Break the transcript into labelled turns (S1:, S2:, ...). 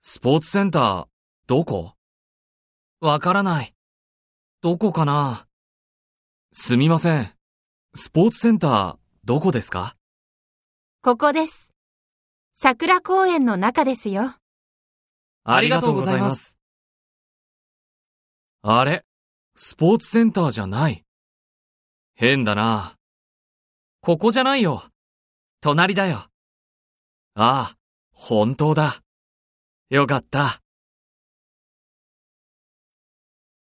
S1: スポーツセンター、どこわからない。どこかなすみません。スポーツセンター、どこですか
S2: ここです。桜公園の中ですよ。
S1: ありがとうございます。あれスポーツセンターじゃない。変だな。ここじゃないよ。隣だよ。ああ、本当だ。よかった。